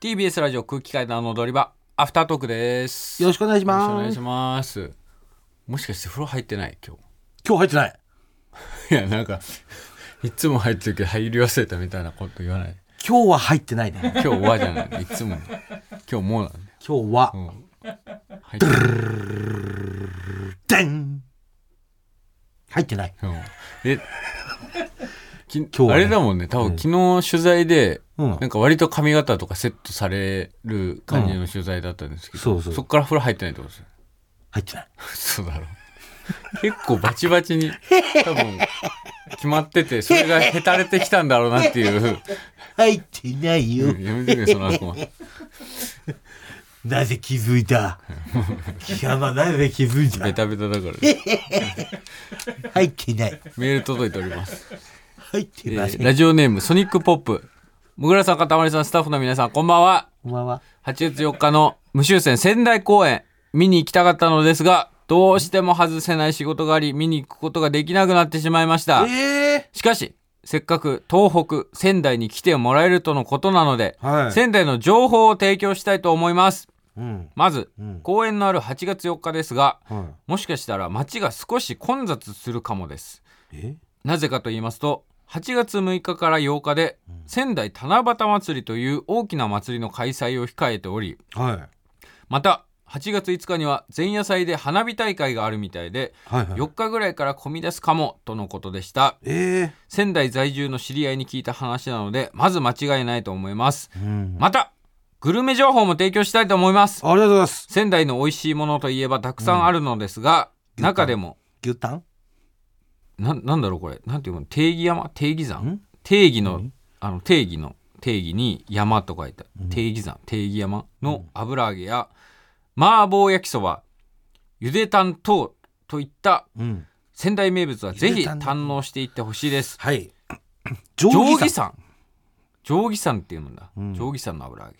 TBS ラジオ空気階段の踊り場アフタートークですよろしくお願いしよろましすくお願いしますもしかして風呂入ってない今今日入ってない日 いやなんかいつも入ってるけど入り忘れたみたいなこと言わない今日は入ってないね今日はじゃないいつも今日もうなんだよ今日は、入ってないでん入ってないうんえき日はねあれだもんね多分昨日取材で、うんなんか割と髪型とかセットされる感じの取材だったんですけど、うんそうそうそっから風呂入ってないってことですよ入ってない嘘だろ結構バチバチに多分決まっててそれがへたれてきたんだろうなっていう入ってないよ、うんやめてくれその悪魔なぜ気づいた貴様なぜ気づいベたタベタだから入ってないメール届いております、入ってえません、ーラジオネームソニックポップもぐらさんかたまりさんスタッフの皆さんこんばんはこんばんは8月4日の無修正仙台公演見に行きたかったのですがどうしても外せない仕事があり見に行くことができなくなってしまいましたえしかしせっかく東北仙台に来てもらえるとのことなので、はい仙台の情報を提供したいと思いますー、うんまず、うん公演のある8月4日ですがはもしかしたら街が少し混雑するかもですいえなぜかと言いますと8月6日から8日で仙台七夕祭りという大きな祭りの開催を控えておりはまた8月5日には前夜祭で花火大会があるみたいでいはいはい4日ぐらいから混み出すかもとのことでしたえ仙台在住の知り合いに聞いた話なのでまず間違いないと思いますー、うんまたグルメ情報も提供したいと思いますありがとうございます仙台の美味しいものといえばたくさんあるのですが、うん中でも牛タンななんだろうこれなんていうの定義山定義山ん定義のあの定義の定義に山と書いた、定義山定義山の油揚げや、麻婆焼きそばゆでたん等といったうん仙台名物はぜゆひでたん堪能していってほしいですはい定定規規さ山定規山っていうんだ、ん定規山の油揚げ、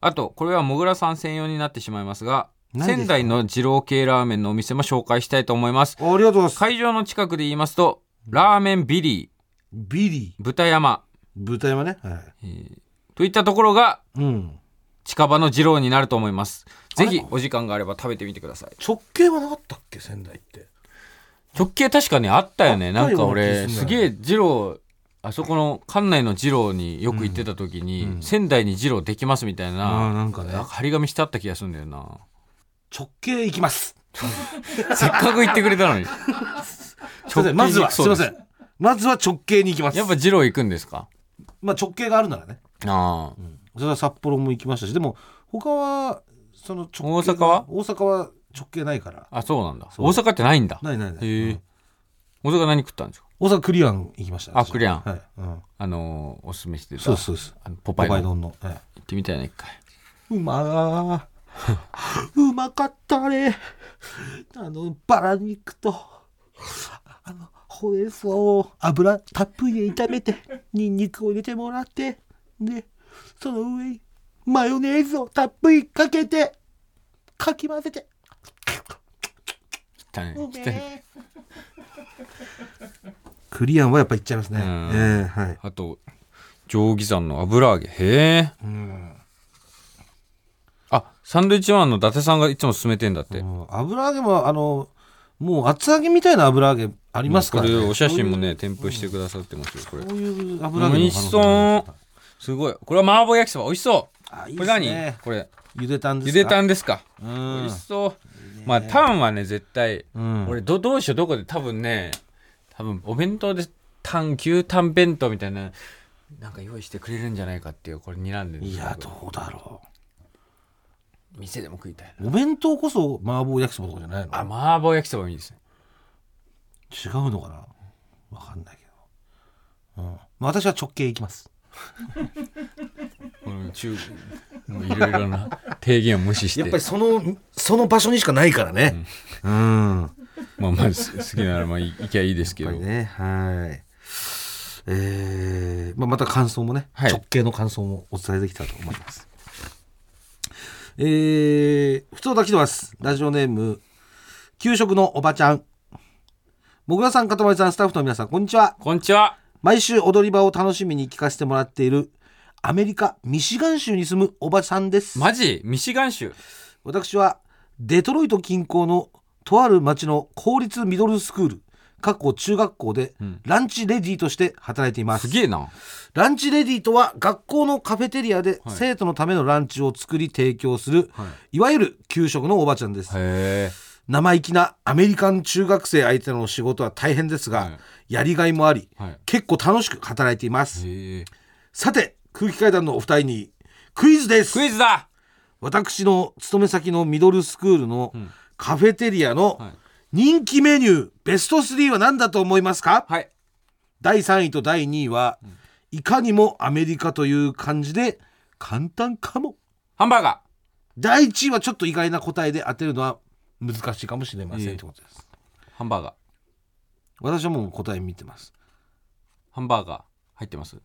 あとこれはもぐらさん専用になってしまいますが何ですか仙台の二郎系ラーメンのお店も紹介したいと思いますんありがとうございます会場の近くで言いますとラーメンビリビリーー豚山豚山ねはといったところがいうん近場の二郎になると思いますぜひお時間があれば食べてみてください直径はなかったっけ仙台って直径確かねあったよねあなったんよかうな気俺すすんだげよえ二郎あそこの館内の二郎によく行ってた時に、仙台に二郎できますみたいなあーなんかね張り紙してあった気がするんだよな直径いきますせっかく言ってくれた のにすいませんまずはすいませんんまずは直径に行きますやっぱ二郎行くんですかまあ直径があるならねああ、それは札幌も行きましたしでも他はその直径大が阪は大阪は直径ないからあそうなんだそう大阪ってないんだないないない、へえうん大阪何食ったんですか大阪クリアン行きましたあクリアンはい、うん、あのーおすすめしてたそうですそうですあのポパポイのパイ丼の、はい行ってみたいな一回うまーうまかったねあのバラ肉とあのほうれん草を油たっぷりで炒めてニンニクを入れてもらってでその上にマヨネーズをたっぷりかけてかき混ぜて汚い汚ういめえクリアンはやっぱいっちゃいますねうんええはいあと定規山の油揚げへえうんあサンドイッチマンの伊達さんがいつも勧めてんだって、うん油揚げもあのもう厚揚げみたいな油揚げありますからねこれお写真もね添付してくださってますよこれこういう油揚げの可能性もある美味しそうすごいこれは麻婆焼きそば美味しそうあいいこでれ何すねこれゆでたんですゆかでたんですかうん美味しそうまあタンはね絶対うん俺どどうしようどこで多分ね多分お弁当でタン牛タン弁当みたいななんか用意してくれるんじゃないかっていうこれ睨んでるんでいすけどやどうだろ店でも食いたいうお弁当こそ麻婆焼きそばとかじゃないのあ麻婆焼きそばもいいですね違うのかなわかんないけど、うん、私は直径いきますうん中もういろいろ な提言を無視してやっぱりそのその場所にしかないからねうん、やっまあまあす好きならまあいいきゃいいですけぱどりねはいえーまあ、また感想もね、はい直径の感想もお伝えできたらと思いますえー、普通だきてますラジオネーム給食のおばちゃんもぐらさんかたまりさんスタッフの皆さんこんにちはこんにちは毎週踊り場を楽しみに聞かせてもらっているアメリカミシガン州に住むおばさんですマジミシガン州私はデトロイト近郊のとある町の公立ミドルスクール過去中学校でうんランチレディーとして働いていますすげえなランチレディーとは学校のカフェテリアではい生徒のためのランチを作り提供する、、はいわゆる給食のおばちゃんです、へえ生意気なアメリカン中学生相手の仕事は大変ですが、はいやりがいもありはい結構楽しく働いていますへえさて空気階段のお二人にクイズですクイズだ私の勤め先のミドルスクールのんカフェテリアのはい人気メニューベスト3は何だと思いますかはい第3位と第2位はいかにもアメリカという感じで簡単かもハンバーガ第1位はちょっと意外な答えで当てるのは難しいかもしれませんええってことですーハンバーガー私はもう答え見てますハンバーガー入ってます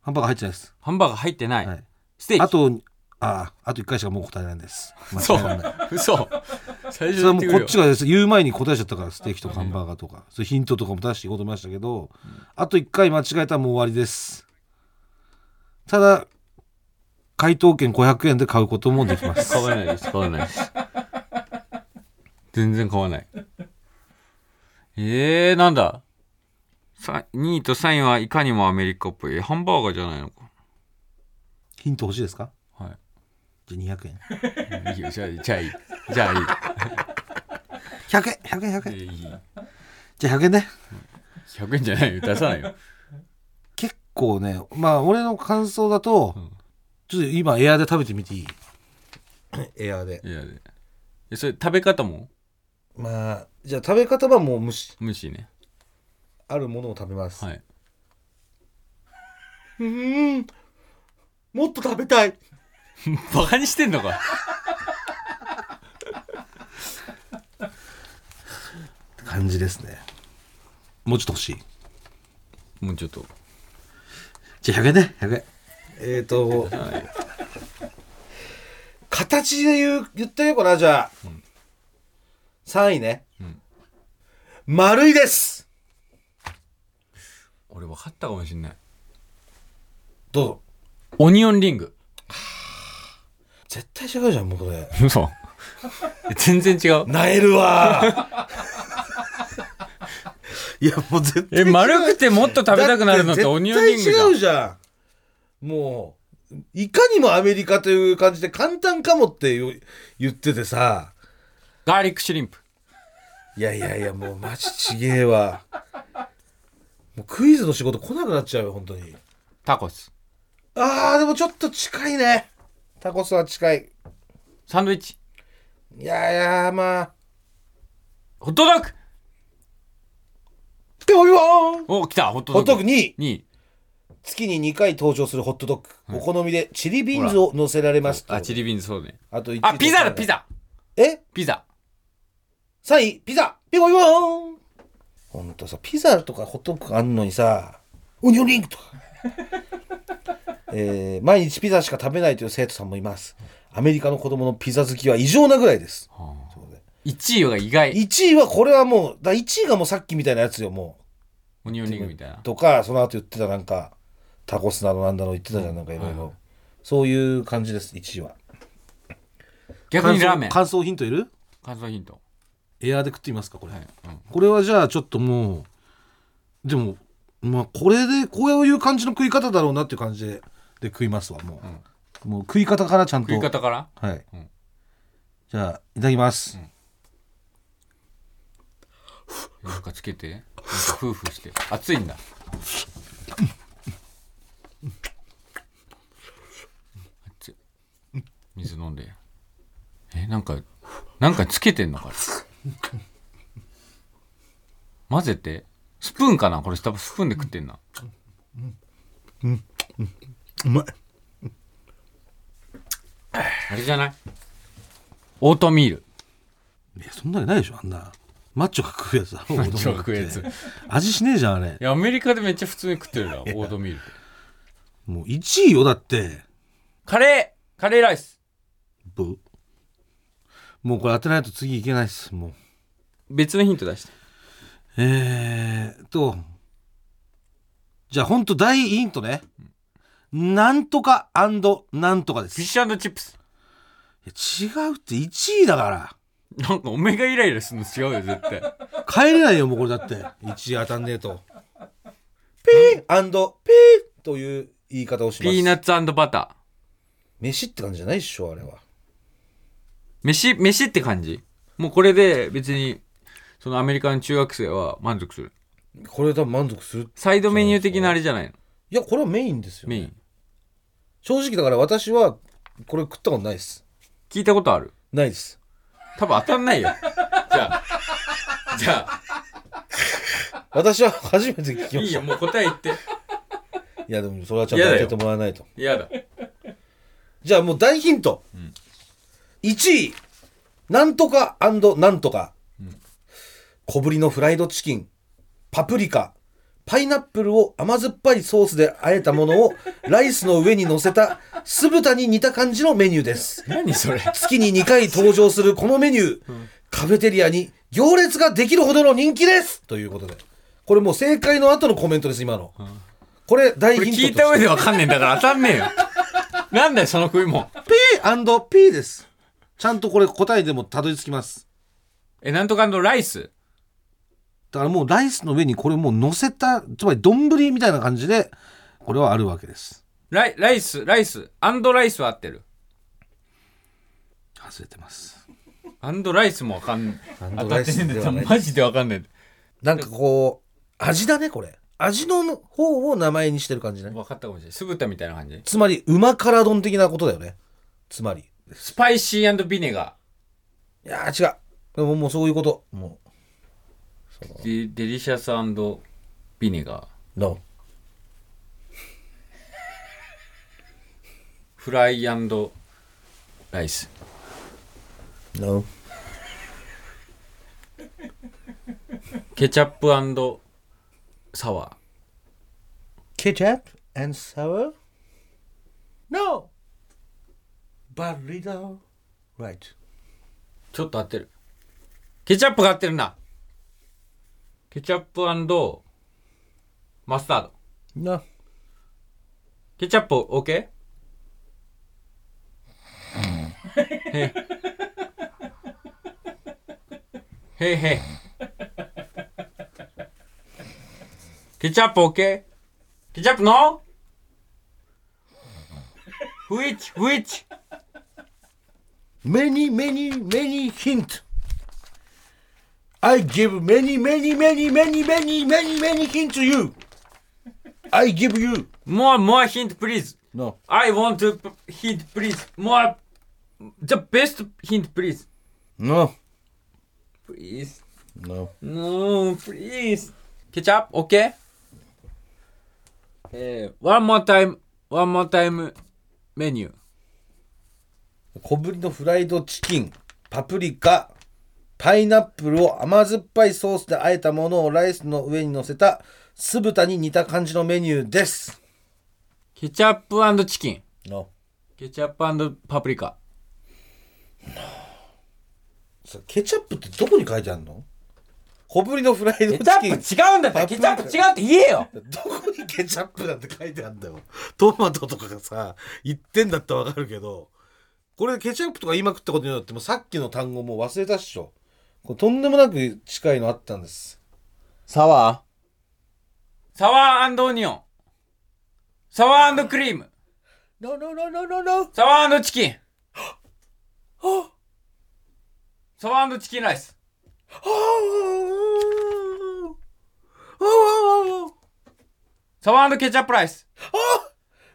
ハンバーガー入ってないです、ハンバーガー入ってない、はい、ステーキあとああと1回しかもう答えないんですそ間違いないう嘘最それ初はに言っもうてくこれっよちがです言う前に答えちゃったからステーキとかハンバーガーとかそういうヒントとかも出していこうと思いましたけど、あと1回間違えたらもう終わりですただ回答券500円で買うこともできま す買わないです買わないです全然買わないえー、なんださ2位と3位はいかにもアメリカっぽいえハンバーガーじゃないのかヒント欲しいですかはいじゃあ200円いいよじゃあじゃあいいじゃあ100円100円100い円いいいじゃあ100円ね100円じゃないよ出さないよ結構ねまあ俺の感想だと、うんちょっと今エアーで食べてみていい エアーでいやでえそれ食べ方もまあじゃあ食べ方はもう虫無視ねあるものを食べます、はいうーんもっと食べたいバカにしてんのか感じですねもうちょっと欲しいもうちょっとじゃあ100円ね100円えっ、ー、と形で言う言ってみようかなじゃあ、3位ね、ん丸いです俺分かったかもしんないどうぞオニオンリング絶対違うじゃんもうこれ嘘全然違うなえるわ いやもう絶対え丸くてもっと食べたくなるのってオニオンリングだじゃって絶対違うんじゃんもういかにもアメリカという感じで簡単かもって言言っててさガーリックシュリンプいやいやいやもうマジちげえわもうクイズの仕事来なくなっちゃうよ本当にタコスあーでもちょっと近いねタコスは近いサンドイッチいやいやまあホットドッグピョンピョンお来たホットドホッッグトドッグ2位に月に2回登場するホットドッグ、お好みでチリビーンズを乗せられますあチリビーンズそうねあと1位あピザだピザえピザ3位ピザピコピコーンほんとさピザとかホットドッグあんのにさオニオンリングとかえー毎日ピザしか食べないという生徒さんもいますアメリカの子供のピザ好きは異常なぐらいです1位が意外1位はこれはもうだ1位がもうさっきみたいなやつよもオニオンリングみたいなうとかその後言ってたなんかタコスなどなんだろう言ってたじゃんなんかいろいろそういう感じです1位は逆にラーメン感想ヒントいる感想ヒントエアーで食ってみますかこれ、はいうんこれはじゃあちょっともうでもまあこれでこういう感じの食い方だろうなっていう感じでで食いますわもう、もう食い方からちゃんと食い方からはい、うんじゃあいただきます、なんかつけてなんかフーフーして熱いんだ熱い水飲んでえなんかなんかつけてんのかな混ぜてスプーンかなこれ多分スプーンで食ってんなうまいあれじゃないオートミールいやそんなわけないでしょあんなマッチョが食うやつだ ろマッ超食うやつい味しねえじゃんあれやアメリカでめっちゃ普通に食ってるなオートミールってもう1位よだってカレーカレーライスブもうこれ当てないと次いけないっすもう別のヒント出してえーっと、じゃあ本当大ヒントね。なんとかなんとかです。フィッいシュチップス。や違うって1位だから。なんかおめがイライラするの違うよ、絶対。帰れないよ、もうこれだって。1位当たんねえと。ピーアンドピーという言い方を しピます。ーナッツバタ飯って感じじゃないでしょ、あれは。ー。飯、飯って感じもうこれで別に、そのアメリカの中学生は満足する。これ多分満足する。サイドメニュー的なあれじゃないのいや、これはメインですよ、メイン。正直だから私は、これ食ったことないです。聞いたことあるないです。多分当たんないよ。じゃあ、じゃあ、私は初めて聞きいまいしよ、た。もう答え言って。いや、でもそれはちゃんと当ててもらわないと。嫌だ。じゃあもう大ヒント。1位、なんとかなんとか、小ぶりのフライドチキン、パプリカ、パイナップルを甘酸っぱいソースで和えたものを ライスの上に乗せた酢豚に似た感じのメニューです。何それ。月に2回登場するこのメニュー、カフェテリアに行列ができるほどの人気ですということで。これもう正解の後のコメントです、今の。これ大こヒンれ聞トとしいて。た上でわかんねえんだから当たんねえよ。 なんだよ、その食いもん。 P&P です。ちゃんとこれ答えでもたどり着きます。え、なんとかのライス。だからもうライスの上にこれもう乗せた、つまり丼みたいな感じで、これはあるわけです。ライライス、ライス、アンドライスは合ってる。外れてます。アンドライスもわかんない。アン当ドたラっイてねえスんだでよはないマジでわかんない。なんかこう、味だね、これ。味の方を名前にしてる感じね。分かったかもしれない。酢豚みたいな感じ。つまり、うま辛丼的なことだよね。つまり。スパイシービネガいやー違う。でももうそういうこと。もー。デデリシャスビネガー。う、No。フライライス。 No。ケチャップサワー。 Ketchup and sour? No! But little right. ちょっと合ってる。ケチャップが合ってるな。ケチャップマスタード。 No. ケチャップ OK? へい。へいへい。ケチャップ OK? ケチャップ No? Which? Which? Many, many, many hint. I give many, many, many, many, many, many, many hint to you. I give you. More, more hint please. No. I want to p- hint please. More. The best hint please. No. Please. No. No, please. Ketchup, okay? Uh, one more time, one more time menu. 小ぶりのフライドチキン、パプリカ、パイナップルを甘酸っぱいソースで和えたものをライスの上に乗せた酢豚に似た感じのメニューです。 Ketchup and chicken. No. Ketchup and paprika. それケチャップってどこに書いてあるの小ぶりのフライドチケチャキン。ップ違うんだってケチャップ違うって言えよどこにケチャップなんて書いてあるんだよ。トマトとかがさ、言ってんだったらわかるけど、これケチャップとか言いまくったことによって、もうさっきの単語もう忘れたっしょ。これとんでもなく近いのあったんです。サワーサワーアンドオニオン。サワーアンドクリーム。 No, no, no, no, no, no. サワーアンドチキン。 サワーアンドチキンライス。サワーアンドケチャップライス。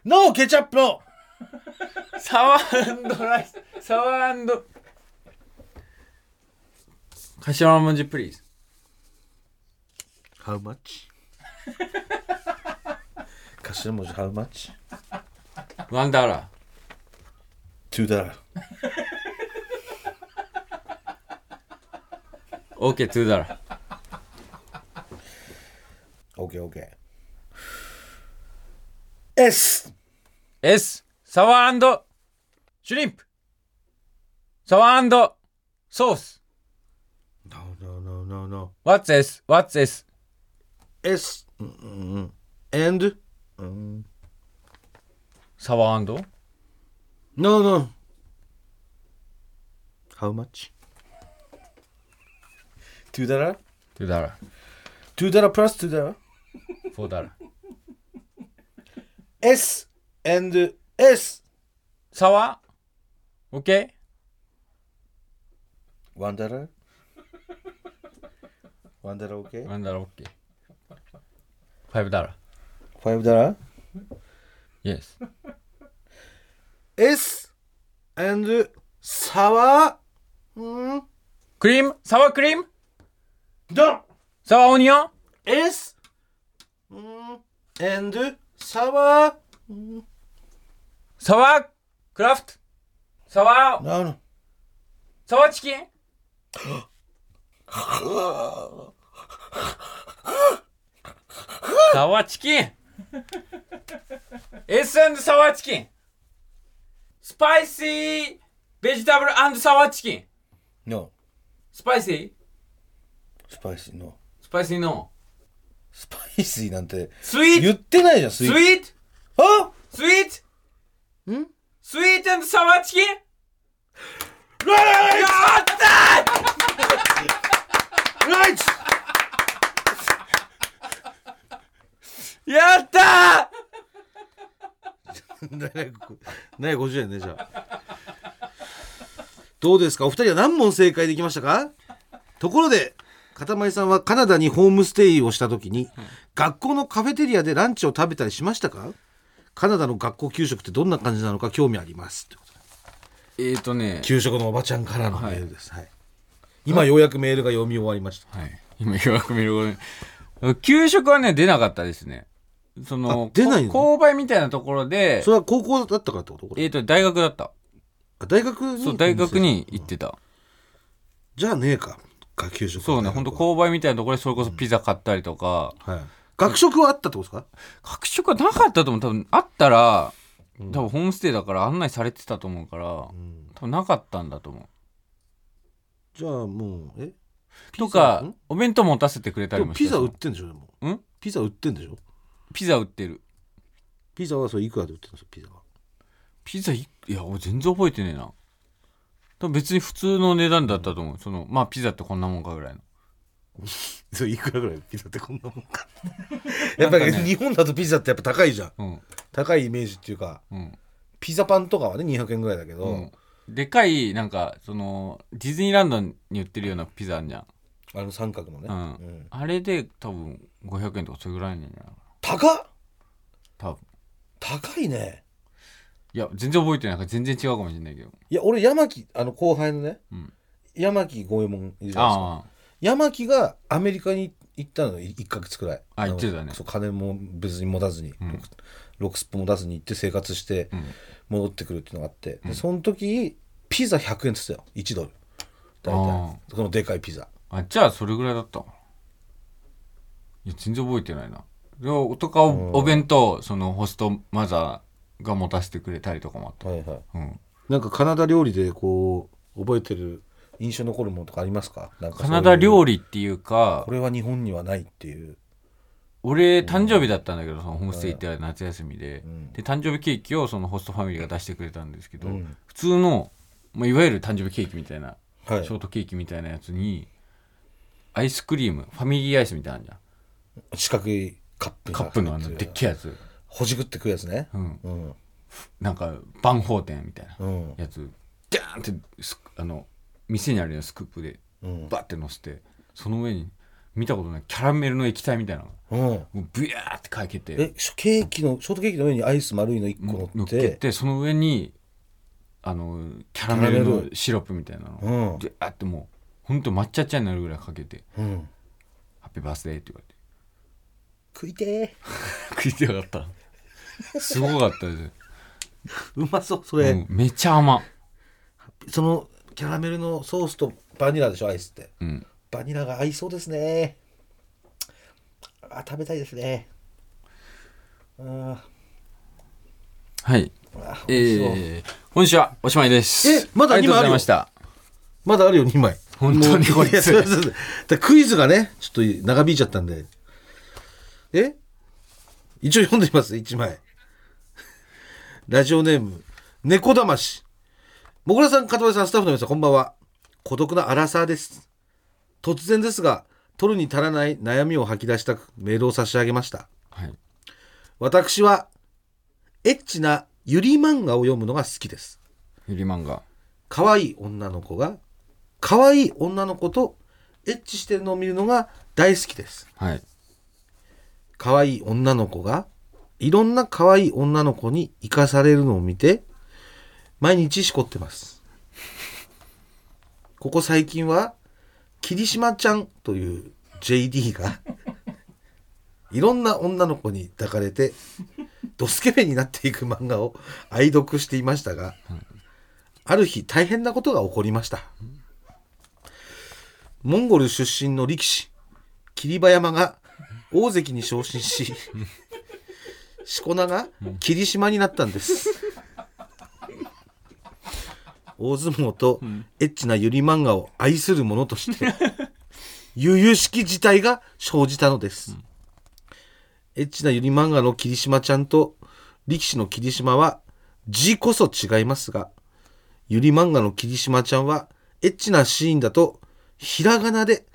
ノーケチャップのサワーライス、サワー頭文字プリーズ。 How much? 頭文字 How much? ワンダーラ Two dollar ー。オーケー、ツーダーラー。 OK OK S S、サワーシュリンプ。サワーソース。 No no no no no What's S? What's S? S うんうんうん And うんサワー No, no. How much? Two dollar? ?2 ダラ Two dollar plus two dollar? 4ダラ S and S. サワー ?OK? One dollar. One dollar, okay. なんだろう OK? 5ダラ Five dollar. Yes. S and sour. Mm. クリームサワークリーム Done. サワーオニオン S mm, and sour. サワークラフトサワー No, no. サワーチキンサワーチ キン S& サワーチキンスパイシーベジタブルサワーチキン No. スパイシー Spicy, no. スパイシーのスパイシーなんてスイー言トってないじゃん、ススイイート。ートあスイートんスイートサワーチキンライやったーツライツやったー750円ね、じゃあ。どうですかお二人は何問正解できましたかところで、かたまりさんはカナダにホームステイをした時に、学校のカフェテリアでランチを食べたりしましたかカナダの学校給食ってどんな感じなのか興味あります。ということでえーとね給食のおばちゃんからのメールです。はい今ようやくメールが読み終わりました。はい。今、よく見ることに給食はね、出なかったですね。そのあ、出ないのこ購買みたいなところでそ、れは高校だったからってことこれえっ、と、大学だった。あ大学にそう、大学に行ってた。じゃあねえか。学給食。そうね、ほんとこ購買みたいなところで、それこそピザ買ったりとか、う。はい。学食はあったってことですか学食はなかったと思う。多分、あったら、多分ホームステイだから案内されてたと思うから、多分なかったんだと思う。じゃあもう、えとかん、お弁当持たせてくれたでりももしてピたザ売ってんでしょでも。んピザ売ってんでしょピザ売ってる。ピザはそれいくらで売ってるんですかピザは。ピザいいや俺全然覚えてねえな多分別に普通の値段だったと思う、そのまあピザってこんなもんかぐらいのそれいくらぐらいピザってこんなもん か。やっぱり、なんかね日本だとピザってやっぱ高いじゃん。うん高いイメージっていうか、うんピザパンとかはね200円ぐらいだけど、うんでかいなんかそのディズニーランドに売ってるようなピザあんじゃん、あの三角のね。うんうんあれで多分500円とかそれぐらいなんじゃないかな高っ多分高いね。いや全然覚えてないから全然違うかもしれないけどいや、俺、山木、あの後輩のね、うん山木五右衛門いるじゃないであすか。山木がアメリカに行ったのよ1か月くらいあ行ってたねそう金も別に持たずに、んロックスポも出ずに行って生活してあうん戻ってくるっていうのがあって、でその時ピザ100円っつってたよ1ドル大あ体このでかいピザあじゃあそれぐらいだったわいや全然覚えてないなでもとかおお弁当そのホストマザーが持たせてくれたりとかもあった、はいはいうんなんかカナダ料理でこう覚えてる印象残るものとかありますかなんかカナダ料理理っていうかこ、れは日本にはないっていう俺、誕生日だったんだけど、そのホームステイ行ってた夏休みで、うんで、誕生日ケーキをそのホストファミリーが出してくれたんですけど、うん普通の、まあ、いわゆる誕生日ケーキみたいな、はいショートケーキみたいなやつに、アイスクリーム、ファミリーアイスみたいなのあんじゃ四角いカップん。にカップのあの、でっけえやつ。ほじくってくるやつねうん。うんなんか、万宝店みたいなうんやつ、ダーンってす、あの、店にあるようなスクープで、うんバッて乗せて、その上に、見たことないキャラメルの液体みたいなのが、うんもうブヤーってかけて、えショケーキのショートケーキの上にアイス丸いの1個乗乗っってけてその上にあのキャラメルのシロップみたいなうのんであってもうほんと抹茶茶になるぐらいかけてうん「ハッピーバースデー」って言わ食いてれて食いてよかったすごかったでーうまそうそす、れ、うん、めちゃ甘そのキャラメルのソースとバニラでしょアイスってうんバニラが合いそうですねあ食べたいですねあはいあえ美味しそうー、今週はおしまいですえまだありがとうござい今あるよましたまだあるよ2枚本当にもこういついやそうそうそうだクイズがねちょっと長引いちゃったんでえ一応読んでみます1枚ラジオネーム猫だましもぐらさん片林さんスタッフの皆さんこんばんは孤独なアラサーです突然ですが取るに足らない悩みを吐き出したくメールを差し上げましたはい。私はエッチなゆり漫画を読むのが好きですゆり漫画。可愛い女の子が可愛い女の子とエッチしてるのを見るのが大好きですはい。可愛い女の子がいろんな可愛い女の子に生かされるのを見て毎日しこってますここ最近は霧島ちゃんという JD がいろんな女の子に抱かれてドスケベになっていく漫画を愛読していましたがある日大変なことが起こりましたモンゴル出身の力士霧馬山が大関に昇進ししこ名が霧島になったんです大相撲とエッチなゆり漫画を愛する者として由々しき事態が生じたのです、エッチなゆり漫画の霧島ちゃんと力士の霧島は字こそ違いますがゆり漫画の霧島ちゃんはエッチなシーンだとひらがなで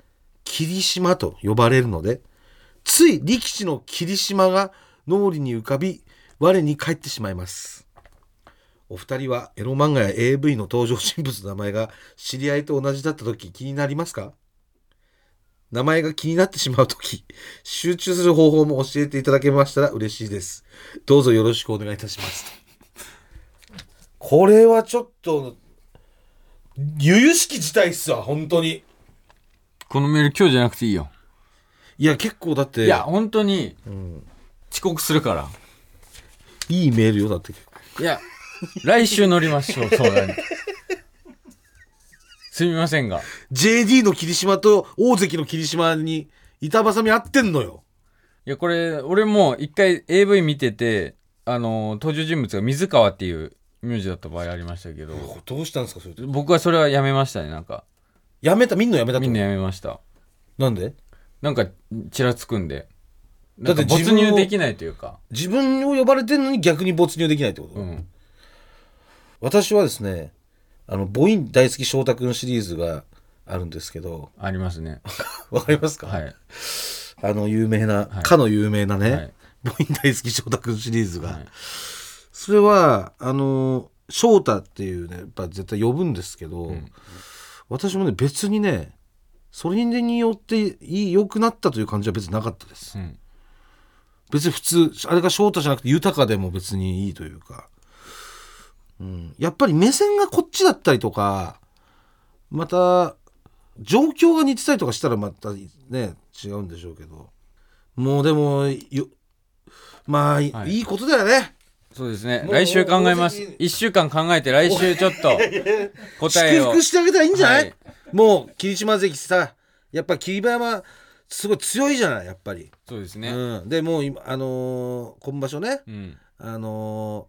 霧島と呼ばれるのでつい力士の霧島が脳裏に浮かび我に返ってしまいますお二人はエロ漫画や AV の登場人物の名前が知り合いと同じだった時気になりますか名前が気になってしまう時集中する方法も教えていただけましたら嬉しいですどうぞよろしくお願いいたしますこれはちょっと由々しき事態っすわ本当にこのメール今日じゃなくていいよ。いや結構だっていや、本当に、遅刻するから。いいメールよだっていや、来週乗りましょう、相談に。すみませんが。 JD の霧島と大関の霧島に板挟み合ってんのよ。いや、これ、俺も一回 AV 見てて、あの、登場人物が水川っていう名字だった場合ありましたけど、どうしたんですかそれ僕はそれはやめましたね、なんか。やめた、見んのやめたっみてこんとなやめました。なんでなんか、ちらつくんで。だだってって自没分を入できないというか。自分を呼ばれてんのに逆に没入できないってこと、うん。私はですね、あの、母音大好き翔太くんシリーズがあるんですけど、ありますね。わかりますか、はい。あの有名な、はいかの有名なね、はい母音大好き翔太くんシリーズが。はいそれは、あの、翔太っていうね、やっぱ絶対呼ぶんですけど、うん私もね、別にね、それによっていい良くなったという感じは別になかったです。うん。別に普通あれが翔太じゃなくて豊かでも別にいいというか、うん、やっぱり目線がこっちだったりとかまた状況が似てたりとかしたらまたね違うんでしょうけどもうでもよまあ、いはいい、いことだよねそうですね。もう来週考えまもすう。一週間考えて、来週ちょっと、答え祝を。福してあげたらいいんじゃない、はいもう霧島関さやっぱ霧馬山すごい強いじゃないやっぱり、そうですね。うん、でもう今あのー今場所ねうん。あの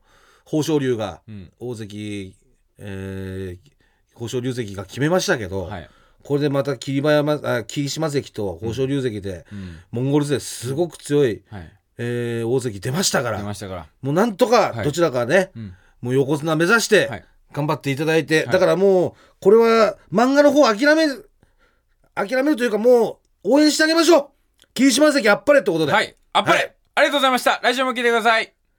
ー豊昇龍がうん。大関、えー、豊昇龍関が決めましたけど、はい。これでまた霧馬山あ霧島関と豊昇龍関で、うん。モンゴル勢すごく強い、はい。えー大関出ましたから出ましたから。もうなんとかはいどちらかね、うん。もう横綱目指してはい頑張っていただいはて、いだからもうこれは漫画の方諦める諦めるというかもう応援してあげましょう霧島関あっぱれってことで。はい。あっぱれ、はいありがとうございました。来週も聞いてください。